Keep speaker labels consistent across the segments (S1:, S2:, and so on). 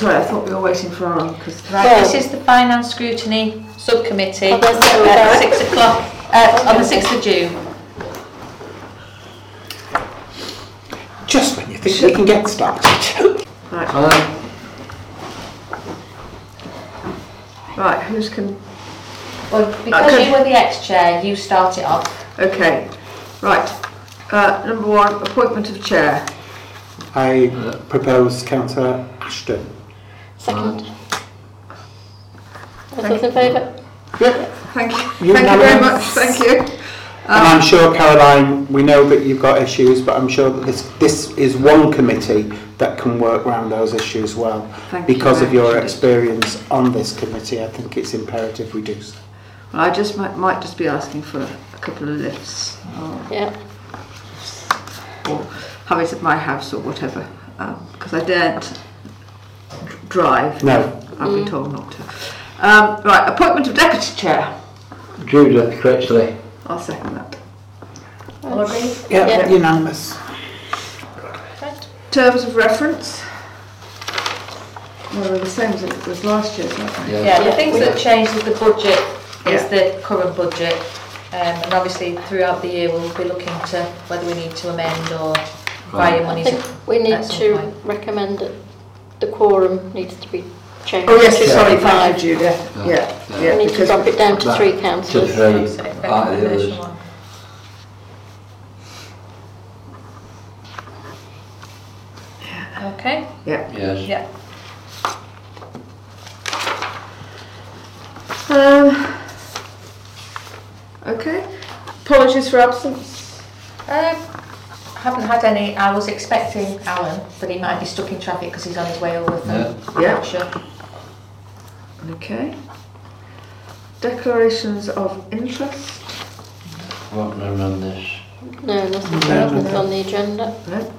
S1: Sorry, I thought we were waiting for Anne, because
S2: Right,
S3: So-
S2: this is the Finance Scrutiny Subcommittee
S3: Oh, that's so
S2: at
S3: bad.
S2: six o'clock, uh, on the sixth of June.
S4: Just when you think we can get started.
S1: Right, who's can,
S2: Well, because
S1: Okay.
S2: you were the ex-chair, you start it off.
S1: okay, right. Uh, number one, appointment of chair.
S4: I propose Councillor Ashton.
S3: Second. All those in favour?
S4: Yep.
S1: Thank you,
S4: You
S1: thank you very much,
S4: unanimous.
S1: thank you.
S4: And I'm sure, Caroline, we know that you've got issues, but I'm sure that this, this is one committee that can work round those issues well.
S1: Thank you
S4: Because of
S1: very
S4: your
S1: much.
S4: experience on this committee, I think it's imperative we do so.
S1: Well, I just might, might just be asking for a couple of lifts, or
S3: Yeah.
S1: or have it at my house or whatever, because I daren't drive.
S4: No.
S1: I've been told not to. Um, right, appointment of deputy chair.
S5: Judith Critchley.
S1: I'll second that.
S3: All agree?
S4: Yeah, unanimous.
S3: Right.
S1: Terms of reference. Well, they're the same as it was last year's, aren't they?
S2: Yeah, the things that changed with the budget is
S1: Yeah.
S2: the current budget. Um, and obviously throughout the year, we'll be looking to whether we need to amend or
S5: Right.
S2: higher
S3: I
S2: monies.
S3: think we need
S2: At some
S3: to
S2: point.
S3: recommend that the quorum needs to be changed.
S1: Oh, yes,
S3: to
S1: sorry,
S3: five.
S1: thank you, Judith.
S5: Yeah.
S1: Yeah,
S5: Yeah.
S1: yeah.
S3: We need to
S1: because-
S3: drop it down to
S5: That-
S3: three
S5: To
S3: councillors.
S5: three, out of the others.
S2: Okay,
S1: Yeah.
S5: Yes.
S2: yeah.
S1: Um, Okay. Apologies for absence.
S2: Um, haven't had any, I was expecting Alan, but he might be stuck in traffic because he's on his way over
S5: Yeah.
S2: from
S1: Yeah.
S2: Hampshire.
S1: Okay. Declarations of interest.
S5: What number on this?
S3: No, nothing nothing's on the agenda.
S1: No.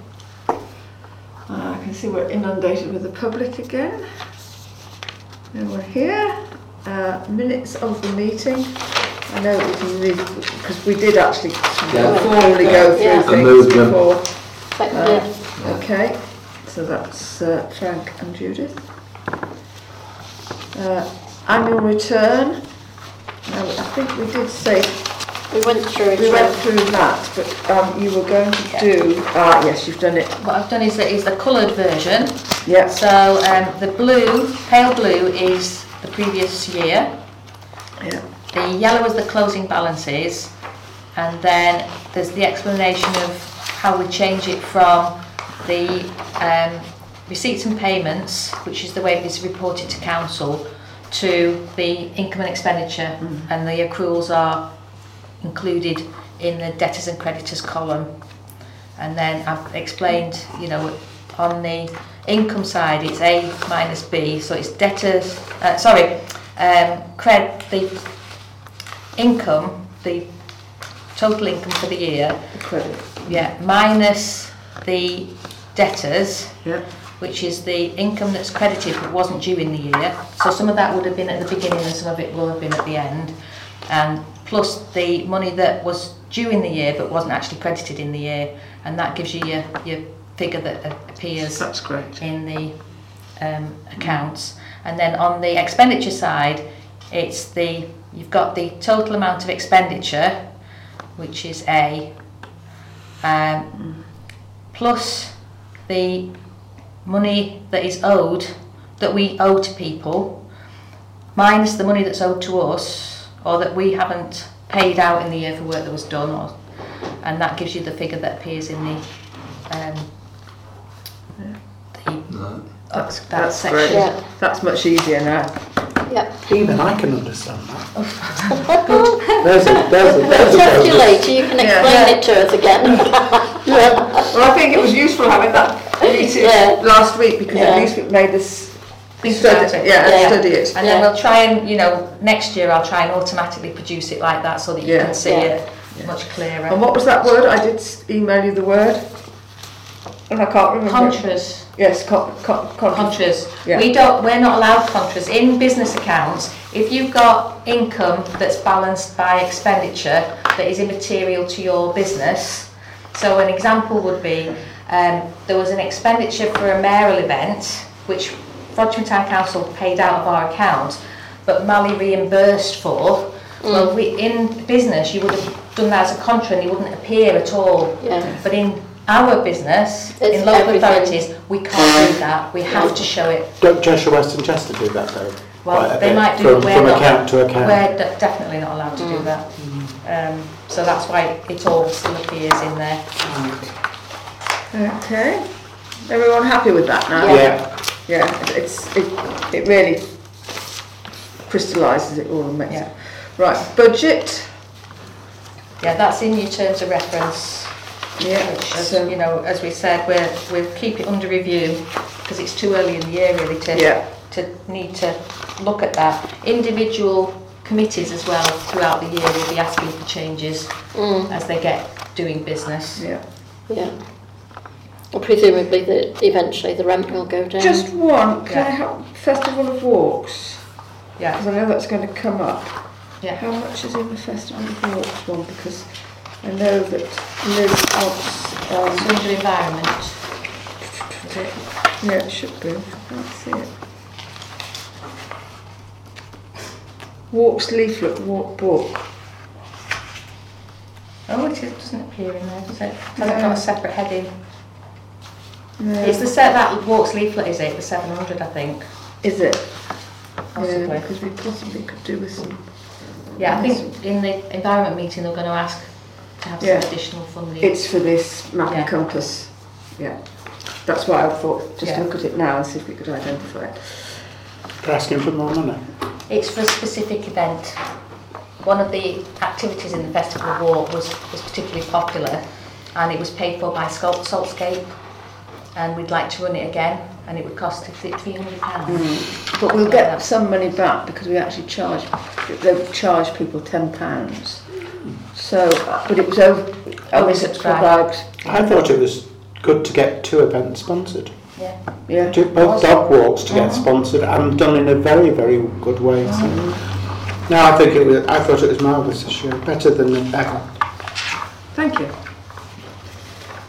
S1: Uh, I can see we're inundated with the public again. No one here. Uh, minutes of the meeting. I know we can read because we did actually
S5: Yeah.
S1: formally go through
S3: Yeah.
S5: And
S1: things
S5: moved them.
S1: before.
S3: But,
S1: Uh,
S3: yeah.
S5: Yeah.
S1: Okay, so that's uh, Frank and Judith. Uh, annual return. Now, I think we did say
S3: we went through it.
S1: we went
S3: yeah.
S1: through that, but um, you were going to do. Ah, yes, you've done it.
S2: What I've done is that is the coloured version.
S1: Yes.
S2: So um, the blue, pale blue, is the previous year.
S1: Yeah.
S2: The yellow is the closing balances, and then there's the explanation of how we change it from the um, receipts and payments, which is the way it's reported to council, to the income and expenditure, and the accruals are included in the debtors and creditors column. And then I've explained, you know, on the income side, it's A minus B, so it's debtors, uh, sorry, um, cred, the income, the total income for the year,
S1: The credit.
S2: yeah, minus the debtors,
S1: Yeah.
S2: which is the income that's credited but wasn't due in the year. So some of that would have been at the beginning and some of it will have been at the end. And plus the money that was due in the year but wasn't actually credited in the year. And that gives you your, your figure that appears
S1: That's great.
S2: in the um, accounts. And then on the expenditure side, it's the, you've got the total amount of expenditure, which is A, um, plus the money that is owed, that we owe to people, minus the money that's owed to us, or that we haven't paid out in the year for work that was done, or, and that gives you the figure that appears in the, um, the
S5: No.
S2: That's, that
S1: that's
S2: section.
S1: great.
S3: Yeah,
S1: That's much easier now.
S3: yeah.
S4: Even I can understand that. There's a, there's a, there's a.
S3: Talk to you
S4: bonus.
S3: later, you can explain it to us again.
S1: Well, I think it was useful having that meeting
S3: Yeah.
S1: last week because at
S3: Yeah.
S1: least it made us
S2: Think about
S1: study,
S2: it.
S1: yeah,
S3: Yeah.
S1: study it.
S2: And then
S3: Yeah.
S2: we'll try and, you know, next year I'll try and automatically produce it like that so that you
S1: Yeah.
S2: can see
S3: Yeah.
S2: it much clearer.
S1: And what was that word? I did s- email you the word. And I can't remember.
S2: Contras,
S1: Yes, con- con- con-
S2: contras.
S1: Yeah.
S2: We don't, we're not allowed contras. In business accounts, if you've got income that's balanced by expenditure that is immaterial to your business, so an example would be, um, there was an expenditure for a mayoral event, which Frodsham Town Council paid out of our account, but Mally reimbursed for, well, we, in business, you would have done that as a contra and it wouldn't appear at all.
S3: Yeah.
S2: But in our business,
S3: It's
S2: in local
S3: everything.
S2: authorities, we can't do that, we have to show it.
S4: Don't Cheshire West and Chester do that though? Quite
S2: Well,
S4: a
S2: they
S4: bit,
S2: might do,
S4: From,
S2: but we're
S4: from
S2: not.
S4: account to account.
S2: We're de- definitely not allowed to do that. Um, so that's why it all still appears in there.
S1: Okay. Everyone happy with that now?
S4: Yeah,
S1: Yeah, it- it's, it, it really crystallises it all and makes
S2: Yeah.
S1: it. Right, budget.
S2: Yeah, that's in your terms of reference,
S1: Yeah,
S2: which, as,
S1: so-
S2: you know, as we said, we're, we'll keep it under review because it's too early in the year really to,
S1: Yeah.
S2: to need to look at that. Individual committees as well throughout the year will be asking for changes as they get doing business.
S1: yeah.
S3: Mm, Yeah. Well, presumably, the, eventually the rent will go down.
S1: Just one, can I
S2: Yeah.
S1: have Festival of Walks?
S2: Yeah,
S1: Because I know that's going to come up.
S2: yeah.
S1: How much is in the Festival of Walks one? Because I know that Liz wants,
S2: It's
S1: um,
S2: under environment. Is it?
S1: yeah, it should be, I can't see it. Walks leaflet, walk book.
S2: Oh, it is- doesn't appear in there, does it? Has it
S1: No.
S2: got a separate heading?
S1: No,
S2: Mm-hmm. It's the set that walks leaflet, is it? The 700, I think,
S1: Is it?
S2: possibly.
S1: Yeah, because we possibly could do with some.
S2: Yeah, I think in the environment meeting, they're going to ask to have
S1: Yeah.
S2: some additional funding.
S1: It's for this map and
S2: Yeah.
S1: compass. Yeah. That's why I thought just
S2: Yeah.
S1: look at it now and see if we could identify it.
S4: they're asking for more money.
S2: It's for a specific event. One of the activities in the Festival of Walk was, was particularly popular and it was paid for by Salt- Saltscape and we'd like to run it again and it would cost £300. Mm-hmm.
S1: But we'll get some money back because we actually charge, they charge people £10. So, but it was over,
S2: Oversubscribed.
S1: oversubscribed.
S4: I thought it was good to get two events sponsored.
S2: Yeah.
S1: Yeah.
S4: Do both dog walks to
S2: Uh-huh.
S4: get sponsored and done in a very, very good way. So.
S2: Uh-huh.
S4: No, I think it was, I thought it was marvellous this year, better than ever.
S1: Thank you.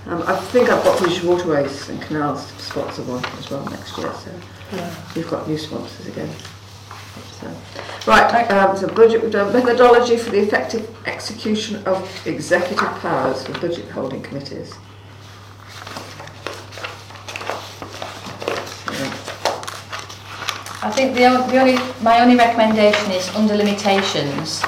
S1: Um, I think I've got these waterways and canals spots of one as well next year, so we've got new sponsors again. So, right, um, so budget we've done. Methodology for the effective execution of executive powers for budget holding committees.
S2: I think the, on- the only, my only recommendation is under limitations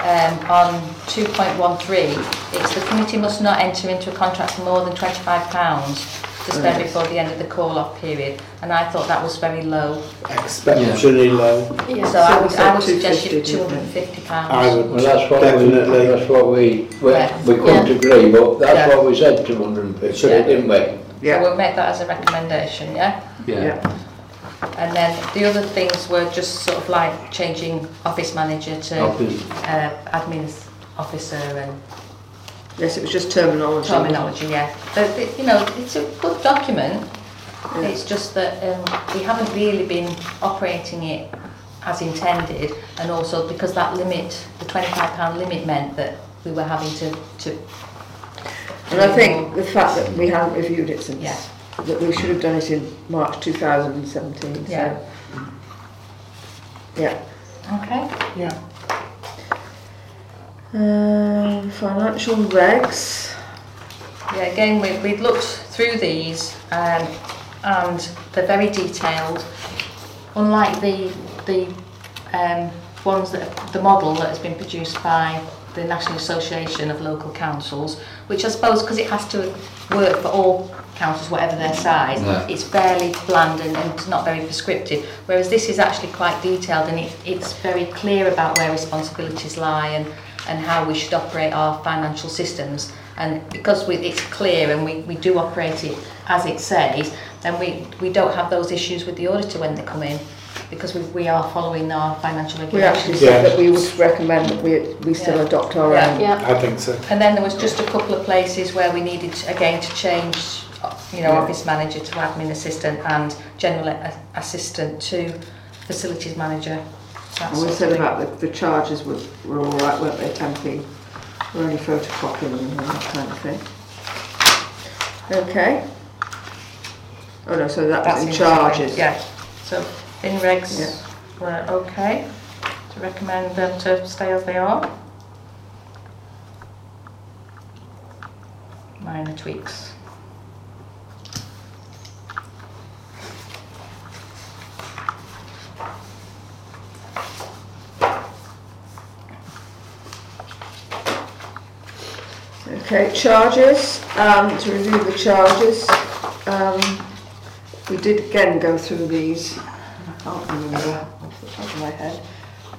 S2: um, on 2.13, it's the committee must not enter into a contract for more than £25 to spend before the end of the call-off period. And I thought that was very low.
S4: Exceptionally low.
S3: Yeah.
S2: So I would,
S1: So we
S2: I
S1: said
S2: would suggest you
S1: 250, didn't
S2: £250.
S4: I would
S5: Well, that's what we,
S4: definitely.
S5: that's what we, we,
S2: Yeah.
S5: we couldn't agree, but that's
S2: Yeah.
S5: what we said, two hundred and fifty,
S2: Yeah.
S5: didn't we?
S2: So we'll make that as a recommendation, yeah?
S1: Yeah.
S2: And then the other things were just sort of like changing office manager to
S5: Office.
S2: uh, admin officer and
S1: Yes, it was just terminology.
S2: terminology, yeah. But, it- you know, it's a good document. It's just that um, we haven't really been operating it as intended, and also because that limit, the £25 limit, meant that we were having to. to
S1: And I think the fact that we haven't reviewed it since,
S2: Yeah.
S1: that we should have done it in March 2017,
S2: Yeah.
S1: so. Yeah.
S2: Okay.
S4: Yeah.
S1: Um, financial regs.
S2: Yeah, again, we've, we've looked through these um, and they're very detailed. Unlike the, the um, ones that, the model that has been produced by the National Association of Local Councils, which I suppose because it has to work for all councils, whatever their size,
S5: Yeah.
S2: it's fairly bland and, and not very prescriptive. Whereas this is actually quite detailed and it, it's very clear about where responsibilities lie and, and how we should operate our financial systems. And because we, it's clear and we, we do operate it as it says, then we, we don't have those issues with the auditor when they come in because we, we are following our financial
S1: We actually
S2: regulations.
S1: said
S4: Yeah.
S1: that we would recommend that we, we still
S2: Yeah.
S1: adopt our
S2: Yeah.
S1: own.
S3: Yeah.
S4: I think so.
S2: And then there was just a couple of places where we needed, to- again, to change, you know, office manager to admin assistant and general a- assistant to facilities manager.
S1: And
S2: That
S1: we
S2: sort of
S1: said
S2: thing.
S1: about the, the charges were, were all right, weren't they, Tempe? We're only photocopying them and that kind of thing. Okay. Oh no, so that
S2: That's
S1: was in
S2: in charge,
S1: charges.
S2: Yeah, So fin regs
S1: Yeah.
S2: were okay, to recommend them to stay as they are. Minor tweaks.
S1: Okay, charges, um, to review the charges, um, we did again go through these. I can't remember off the top of my head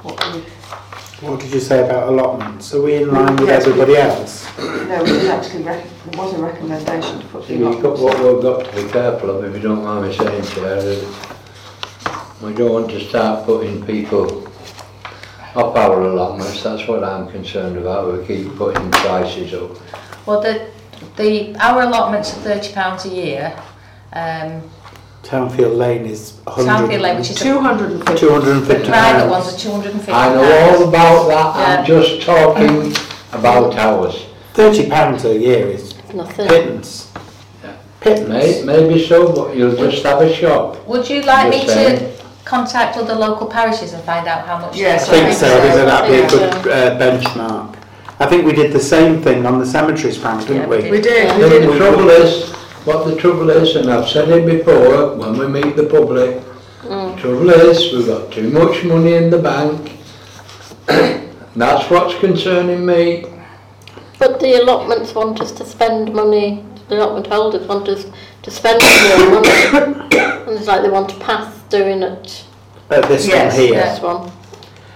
S1: what we,
S4: What did you say about allotments? Are we in line with
S1: Yes, we-
S4: everybody else?
S1: no, we didn't actually, rec- there was a recommendation to put the
S5: You've got
S1: allotments.
S5: what we've got to be careful of, if you don't mind me saying, Chair, is we don't want to start putting people up our allotments, that's what I'm concerned about, we keep putting prices up.
S2: Well, the, the, our allotments are thirty pounds a year. Um,
S4: Townfield Lane is a hundred.
S2: Townfield Lane, which is
S1: Two
S2: the
S1: hundred and fifty.
S4: Two hundred and fifty
S2: private
S4: pounds.
S2: ones, are two hundred and fifty
S5: I
S2: pounds.
S5: know all about that, I'm
S2: Yeah.
S5: just talking about ours.
S4: Thirty pounds a year is
S3: nothing.
S4: pittance.
S5: Yeah. May,
S4: Pittance.
S5: maybe so, but you'll just have a shop.
S2: Would you like me to
S5: Just saying.
S2: contact other local parishes and find out how much? they
S1: Yes,
S4: I think
S2: charge?
S4: so, I think that'd be a good uh, benchmark. I think we did the same thing on the cemeteries plan,
S2: Yeah,
S4: didn't
S2: we
S4: we?
S2: did.
S1: We did, we
S5: The
S1: did,
S5: the trouble is, what the trouble is, and I've said it before, when we meet the public, the trouble is, we've got too much money in the bank. That's what's concerning me.
S3: But the allotments want us to spend money, the allotment holders want us to spend more money. And it's like they want to pass doing it,
S4: At this one
S1: Yes,
S4: here.
S3: this one.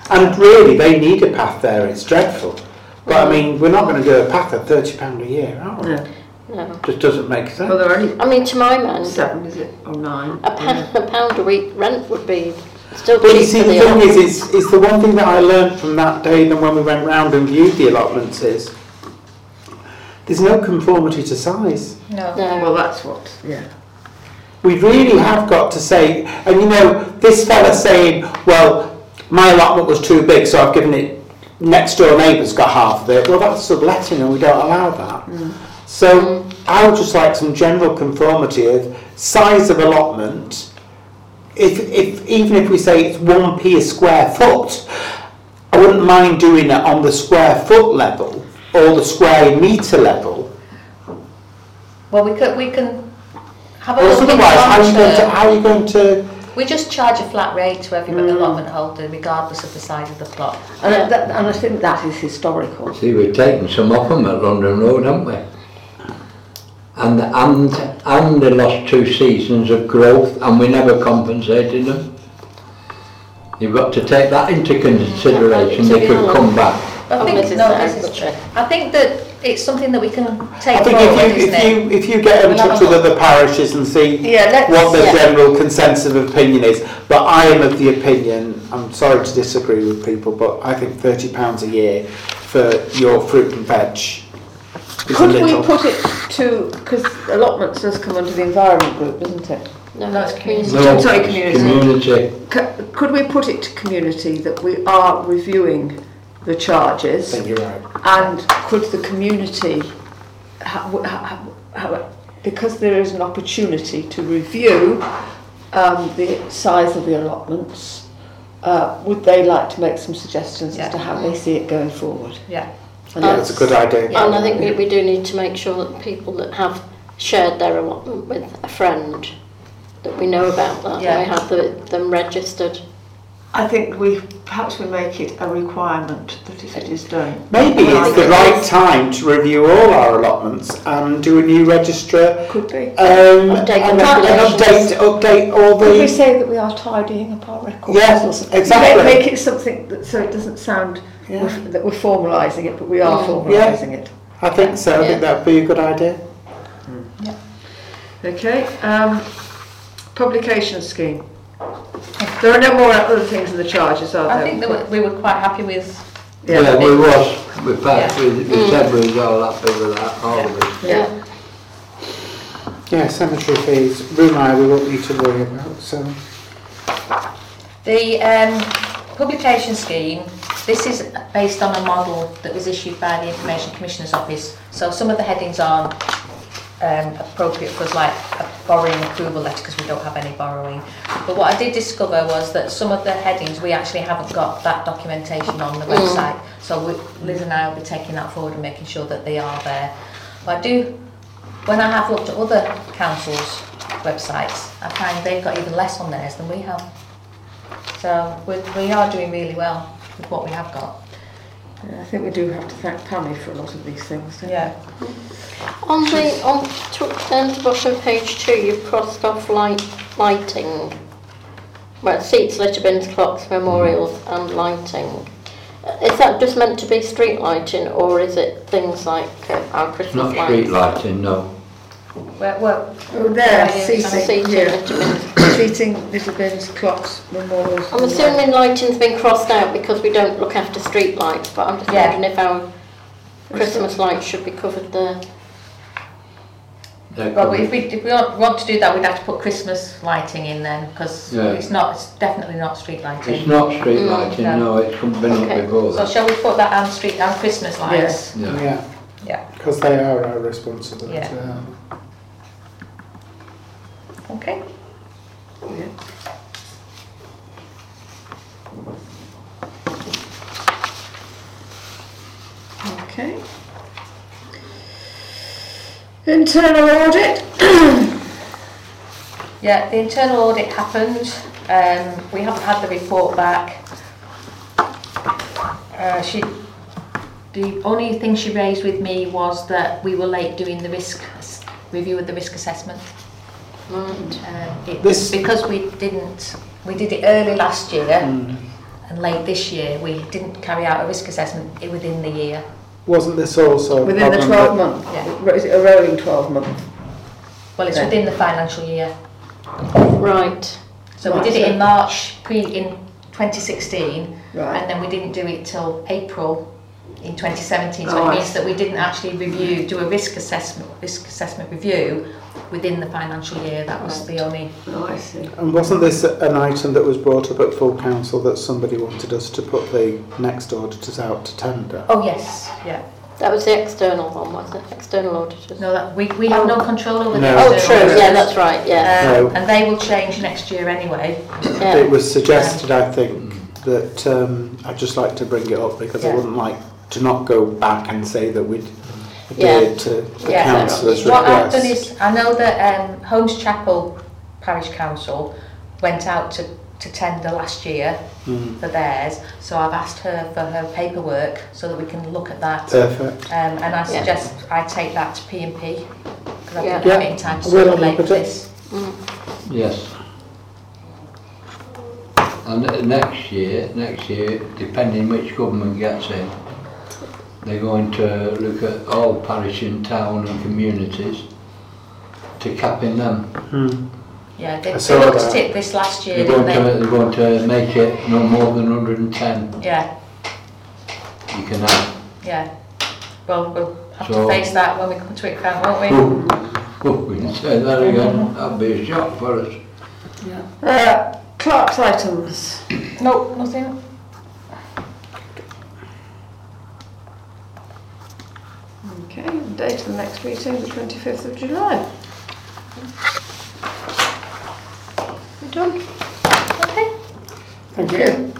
S4: And really, they need a path there, it's dreadful. But I mean, we're not gonna do a path at thirty pound a year, are we?
S1: No.
S3: No.
S4: Just doesn't make sense.
S1: well, there are only
S3: I mean, to my mind,
S1: seven, is it, or nine?
S3: a pound, a pound a week rent would be still
S4: But you
S3: cheap
S4: see,
S3: for
S4: the
S3: the
S4: thing is,
S3: allotment.
S4: it's, it's the one thing that I learned from that day than when we went round and viewed the allotments is there's no conformity to size.
S2: No.
S1: Well,
S3: No,
S1: that's what, yeah.
S4: We really have got to say, and you know, this fella saying, well, my allotment was too big, so I've given it, next door neighbour's got half of it. Well, that's subletting and we don't allow that. So I would just like some general conformity of size of allotment. If, if, even if we say it's 1p a square foot, I wouldn't mind doing it on the square foot level or the square metre level.
S2: Well, we could, we can have a
S4: Because
S2: look into
S4: otherwise, how are
S2: long
S4: you going to, how are you going to Mm.
S2: term. We just charge a flat rate to every allotment holder regardless of the size of the plot.
S1: And
S3: Yeah.
S1: that, and I think that is historical.
S5: See, we've taken some off them at London Road, haven't we? And, and, and they lost two seasons of growth and we never compensated them. You've got to take that into consideration, they could come back.
S4: Oh,
S2: I think,
S3: Problem is
S2: no,
S3: that
S2: this is true.
S3: agriculture.
S2: I think that it's something that we can
S4: I
S2: take
S4: think
S2: forward,
S4: if you,
S2: isn't
S4: if
S2: it?
S4: you, if you get in
S2: We'll have
S4: touch
S2: a
S4: with other parishes and see
S1: Yeah, let's-
S4: what the
S3: yeah.
S4: general consensus of opinion is, but I am of the opinion, I'm sorry to disagree with people, but I think thirty pounds a year for your fruit and veg is a
S1: Could we
S4: little.
S1: put it to, because allotments does come under the environment group, doesn't it?
S3: no,
S2: No, it's
S3: it's community.
S5: No,
S1: Sorry,
S5: it's
S1: community.
S5: Community.
S1: C- Could we put it to community that we are reviewing the
S4: I
S1: charges?
S4: think you're right.
S1: And could the community, ha- w- ha- ha- because there is an opportunity to review um, the size of the allotments, uh, would they like to make some suggestions
S2: Yeah.
S1: as to how they see it going forward?
S2: Yeah,
S1: Oh.
S4: I think that's a good idea.
S3: And I think we, we do need to make sure that people that have shared their allotment with a friend, that we know about that,
S2: Yeah.
S3: we have the, them registered.
S1: I think we, perhaps we make it a requirement that if it is done.
S4: Maybe it's the right time to review all our allotments and do a new registrar,
S1: Could be.
S4: um, and
S3: Update
S4: and
S3: the
S4: update,
S3: regulations.
S4: update all
S1: Could we
S4: the,
S1: say that we are tidying up our records?
S4: Yes,
S1: or something?
S4: exactly.
S1: Make, make it something that, so it doesn't sound we're f- that we're formalising it, but we are formalising it.
S4: I think so, I
S3: Yeah.
S4: think that'd be a good idea.
S1: Okay, um, publication scheme. There are no more other things in the charges, are there?
S2: I think that we- we were quite happy with
S5: Yeah,
S1: Yeah,
S5: we was, we passed, we we said we was all happy with that, all of it.
S1: yeah.
S4: Yeah, cemetery fees, Brunei we won't need to worry about, so.
S2: The um, publication scheme, this is based on a model that was issued by the Information Commissioner's Office. So some of the headings on um, appropriate for us, like a borrowing approval letter, because we don't have any borrowing. But what I did discover was that some of the headings, we actually haven't got that documentation on the website. So we- Liz and I will be taking that forward and making sure that they are there. But I do, when I have looked at other councils' websites, I find they've got even less on theirs than we have. So we, we are doing really well with what we have got.
S1: Yeah, I think we do have to thank Tammy for a lot of these things. Don't
S3: On the on to, down to the bottom of page two, you've crossed off light lighting. Right, seats, litter bins, clocks, memorials, and lighting. Uh, Is that just meant to be street lighting, or is it things like uh, our Christmas
S5: Not
S3: lights?
S5: street lighting, no.
S2: Well, well,
S1: we? Oh, there,
S2: Yeah, yeah,
S3: And
S1: seating,
S3: seating,
S1: yeah.
S3: litter bins.
S1: seating, little bins, clocks, memorials.
S3: I'm
S1: and the
S3: assuming lighting's been crossed out because we don't look after street lights, but I'm just
S2: Yeah.
S3: wondering if our Christmas lights should be covered there.
S5: They're
S2: well,
S5: covered.
S2: if we, if we want want to do that, we'd have to put Christmas lighting in then, because
S5: Yeah.
S2: it's not, it's definitely not street
S5: It's
S2: lighting.
S5: not street
S3: Mm,
S5: lighting,
S2: no.
S5: no, it's come- been up
S3: Okay.
S5: before
S2: So
S5: that.
S2: shall we put that on street, on Christmas lights?
S5: Yeah.
S4: Yeah.
S2: Yeah.
S4: Because they are our responsibility.
S2: Yeah.
S4: aren't
S2: Okay,
S1: Okay. Internal audit.
S2: yeah, the internal audit happened, um, we haven't had the report back. Uh, she, the only thing she raised with me was that we were late doing the risk, ass- review of the risk assessment.
S3: Right.
S2: Um, it-
S4: This-
S2: Because we didn't, we did it early last year and late this year, we didn't carry out a risk assessment i- within the year.
S4: Wasn't this also a
S1: Within the
S4: problem
S1: 12
S4: that-
S1: month,
S2: Yeah.
S1: ro- is it a rolling 12 month?
S2: Well, it's
S1: Right.
S2: within the financial year.
S3: Right.
S2: So we did it in March, pre, in 2016,
S1: Right.
S2: and then we didn't do it till April in 2017. So
S1: Oh,
S2: it
S1: I
S2: means that we didn't actually review, do a risk assessment, risk assessment review within the financial year. That was the only,
S1: Oh, I see.
S4: And wasn't this an item that was brought up at full council that somebody wanted us to put the next auditors out to tender?
S2: oh, yes, yeah.
S3: That was the external one, was it? External auditors.
S2: No, that, we, we have no control over the
S4: No.
S3: Oh,
S2: external
S3: true. Yeah,
S2: auditors.
S3: that's right. Yeah.
S4: No.
S2: Um, and they will change next year anyway.
S3: yeah.
S4: It was suggested, I think, that um, I'd just like to bring it up because I
S2: Yeah.
S4: wouldn't like to not go back and say that we'd
S3: Yeah.
S4: adhered to the
S2: Yeah.
S4: councillor's
S2: What I've done
S4: request.
S2: is, I know that um, Holmes Chapel Parish Council went out to, to tender last year
S4: Mm.
S2: for theirs, so I've asked her for her paperwork so that we can look at that.
S4: Perfect.
S2: Um, and I
S3: Yeah.
S2: suggest I take that to P and P because I
S3: Yeah.
S2: didn't have it in
S4: Yeah.
S2: time to
S4: We'll
S2: circulate
S4: look at it.
S2: this.
S5: Yes. And the next year, next year, depending which government gets in, they're going to look at all parish and town and communities to cap in them.
S2: Yeah, they,
S4: I
S2: they
S4: saw
S2: looked
S4: that.
S2: at it this last year,
S5: They're
S2: didn't
S5: going to,
S2: they?
S5: they're going to make it no more than hundred and ten
S2: Yeah,
S5: you can have.
S2: yeah. Well, we'll have to
S5: So-
S2: face that when we come to it, can't won't we?
S5: Oh, oh, we can say that again, that'd be a shock for us.
S1: Uh, clerk's items.
S2: No, nothing.
S1: Okay, date of the next meeting, the 25th of July.
S3: We're done.
S2: Okay.
S1: Thank you.